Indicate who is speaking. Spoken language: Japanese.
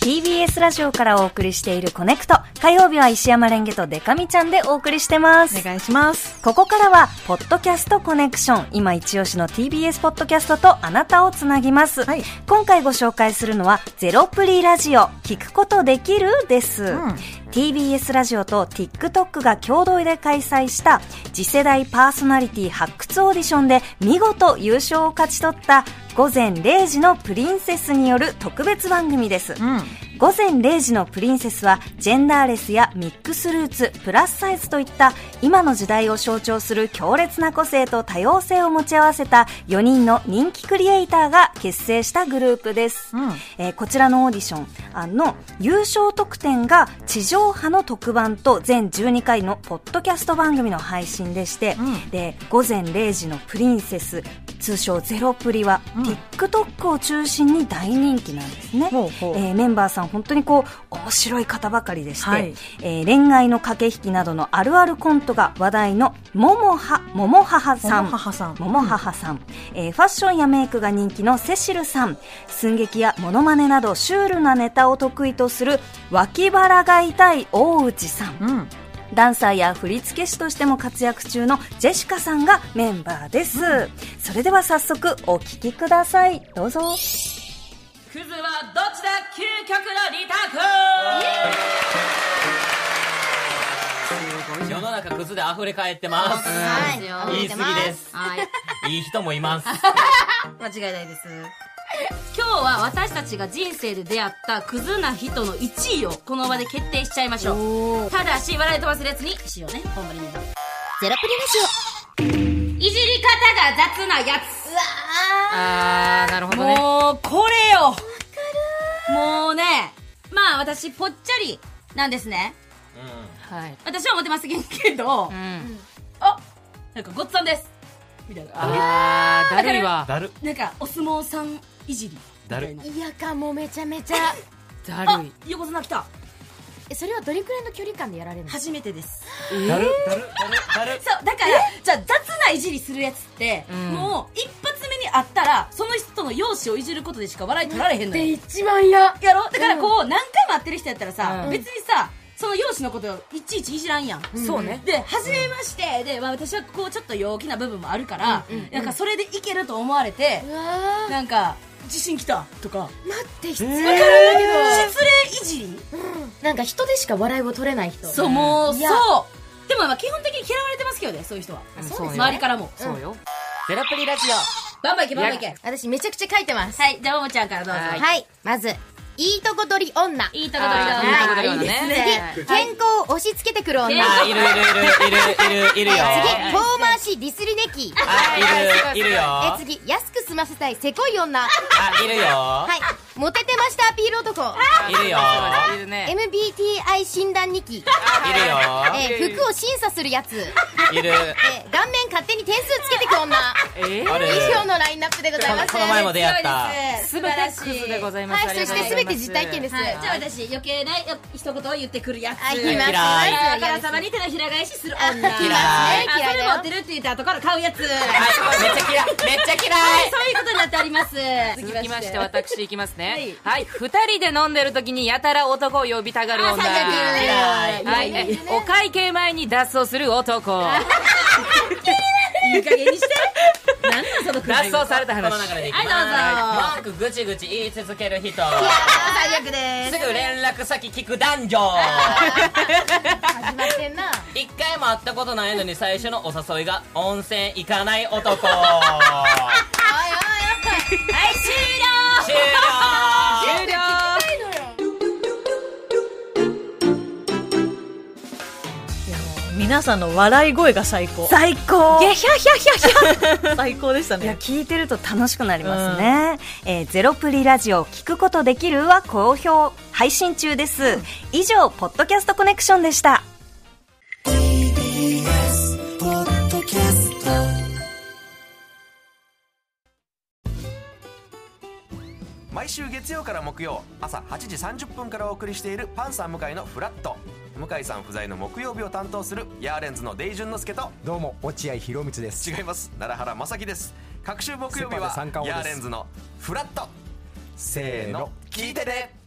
Speaker 1: TBS ラジオからお送りしているコネクト。火曜日は石山レンゲとデカミちゃんでお送りしてます。
Speaker 2: お願いします。
Speaker 1: ここからは、ポッドキャストコネクション、今一押しの TBS ポッドキャストとあなたをつなぎます。
Speaker 2: はい
Speaker 1: 今回ご紹介するのは、ゼロプリラジオ、聞くことできるです。
Speaker 2: ん
Speaker 1: TBS ラジオと TikTok が共同で開催した、次世代パーソナリティ発掘オーディションで見事優勝を勝ち取った、午前0時のプリンセスによる特別番組です。
Speaker 2: ん。
Speaker 1: 午前0時のプリンセスはジェンダーレスやミックスルーツプラスサイズといった今の時代を象徴する強烈な個性と多様性を持ち合わせた4人の人気クリエイターが結成したグループです、
Speaker 2: うん
Speaker 1: えーこちらのオーディションあの優勝得点が地上波の特番と全12回のポッドキャスト番組の配信でして、
Speaker 2: うん
Speaker 1: で午前0時のプリンセス通称ゼロプリは、
Speaker 2: うん
Speaker 1: TikTok を中心に大人気なんですね
Speaker 2: ほうほう
Speaker 1: えーメンバーさん本当にこう面白い方ばかりでして、
Speaker 2: はい
Speaker 1: えー恋愛の駆け引きなどのあるあるコントが話題のももはもも母さん
Speaker 2: もも母さん
Speaker 1: もも母さんえーファッションやメイクが人気のセシルさん寸劇やモノマネなどシュールなネタを得意とする脇腹が痛い大内さん
Speaker 2: うん。
Speaker 1: ダンサーや振付師としても活躍中のジェシカさんがメンバーです、それでは早速お聞きくださいどうぞ
Speaker 3: クズはどっちだ究極のリターク世の中クズで溢れ返ってます。
Speaker 4: はい
Speaker 3: うん言い過ぎです。
Speaker 4: はい。
Speaker 3: いい人もいます。
Speaker 4: 間違いないです。今日は私たちが人生で出会ったクズな人の1位をこの場で決定しちゃいましょう。ただし、笑い飛ばす列にしようね。ほんまにね。ゼロプリラジオ。いじり方が雑なやつ。うわあー、なるほどね。もう、これよ。もうね、まあ私、ぽっちゃりなんですね。
Speaker 2: はい。
Speaker 4: 私は思ってますけど、
Speaker 2: ん
Speaker 4: あなんかごっつぁんです。みたいな。
Speaker 2: あー、だるいわ。
Speaker 3: だる、
Speaker 4: なんかお相撲さんいじり
Speaker 3: だる。
Speaker 5: いやかもめちゃめちゃ
Speaker 2: だ
Speaker 4: あ
Speaker 2: るい。
Speaker 4: 横綱来た
Speaker 5: えそれはどれくらいの距離感でやられるの
Speaker 4: 初めてです
Speaker 3: だる、だる、だる、
Speaker 4: そうだからじゃあ雑ないじりするやつって、
Speaker 2: ん
Speaker 4: もう一発目に会ったらその人の容姿をいじることでしか笑い取られへんのよ
Speaker 5: 一番嫌
Speaker 4: やろだからこう何回も会ってる人やったらさ、
Speaker 2: うん
Speaker 4: 別にさその容姿のことをいちいちいじらんやん、
Speaker 2: そうね
Speaker 4: で初めましてで、まあ、私はこうちょっと陽気な部分もあるから、なんかそれでいけると思われて
Speaker 5: う、わ
Speaker 4: なんか自信きたとか
Speaker 5: ー待って必要
Speaker 3: えー
Speaker 5: だけど、
Speaker 4: 失礼いじり
Speaker 5: なんか人でしか笑いを取れない人
Speaker 4: そう、も
Speaker 5: い
Speaker 4: う、そう
Speaker 5: や
Speaker 4: でもまあ基本的に嫌われてますけどね、そういう人は。
Speaker 2: うんそうよ
Speaker 4: 周りからも。
Speaker 2: そうよ。
Speaker 3: ゼロプリラジ
Speaker 4: バンバンいけ、バンバンいけ。
Speaker 5: 私めちゃくちゃ書いてます
Speaker 4: はい、じゃあ、ももちゃんからどうぞ。
Speaker 2: はい
Speaker 5: はいまずいいとこ取り女
Speaker 4: いいとこ取りだわ
Speaker 2: あーいいとこ取りだね
Speaker 4: いいですね。
Speaker 5: 次健康を押し付けてくる女
Speaker 4: 健
Speaker 5: 次
Speaker 4: 康
Speaker 3: オ。あ、いるいるいるいるいるいるよ。
Speaker 5: 遠回しディスりネキ
Speaker 3: あ、いる、いるよ。
Speaker 5: え
Speaker 3: あ、
Speaker 5: 次安く済ませたいせこい女はい
Speaker 3: るよ。
Speaker 5: いモテてましたアピール男
Speaker 3: いるよ。
Speaker 2: いるね。
Speaker 5: MBTI 診断日記
Speaker 3: い
Speaker 5: えー服を審査するやつ
Speaker 3: るよ。いる。
Speaker 5: えー顔面勝手に点数つけてく女
Speaker 2: え
Speaker 3: あれ
Speaker 5: 以上のラインナップでございます
Speaker 3: この前も出会った。
Speaker 2: すべてクズでございます。
Speaker 5: はいそして全て実体験です
Speaker 4: はい、じゃあ私、余計なよ一言を言ってくるやつ。
Speaker 5: あい
Speaker 4: あ
Speaker 5: きます
Speaker 3: 嫌い
Speaker 4: ーあ
Speaker 5: 嫌
Speaker 4: か
Speaker 5: いで
Speaker 4: ら
Speaker 5: す
Speaker 4: さまに手のひら返しする女。
Speaker 5: あ嫌い
Speaker 3: 嫌い
Speaker 5: 嫌
Speaker 4: あ
Speaker 5: い
Speaker 4: そ
Speaker 5: だ
Speaker 4: れ
Speaker 5: よ
Speaker 4: 持ってるって言った後から買うやつ。はい、
Speaker 3: あめっちゃ嫌い。めっちゃ嫌い。
Speaker 4: そういうことになってあります。
Speaker 2: 続きまして
Speaker 4: は
Speaker 2: 私いきますねはい二人で飲んでる時にやたら男を呼びたがる女はいえお会計前に脱走する男
Speaker 4: いい加減にして。なんなんその
Speaker 2: 脱走された
Speaker 3: この流
Speaker 2: 話
Speaker 3: れでいきます。
Speaker 4: は
Speaker 3: 文句ぐちぐち言い続ける人。
Speaker 5: 最悪です
Speaker 3: すぐ連絡先聞く男女
Speaker 5: 始まってんな
Speaker 3: 一回も会ったことないのに最初のお誘いが温泉行かない男
Speaker 4: はい、終了
Speaker 3: 終了
Speaker 2: 終了
Speaker 6: 皆さんの笑い声が最高
Speaker 1: 最高
Speaker 6: いやひゃひゃひゃひゃ最高でした
Speaker 1: いや
Speaker 6: ね
Speaker 1: 聞いてると楽しくなりますね、えーゼロプリラジオ聞くことできるは好評配信中です、以上ポッドキャストコネクションでした
Speaker 7: 毎週月曜から木曜朝8時30分からお送りしているパンサー向井のフラット向井さん不在の木曜日を担当するヤーレンズのデイジュンの之介と
Speaker 8: どうも落合博満です
Speaker 7: 違います奈良原正樹です各週木曜日は
Speaker 8: セパで三冠王
Speaker 7: ヤー
Speaker 8: です
Speaker 7: レンズのフラット
Speaker 8: せ
Speaker 7: せーの聞いてね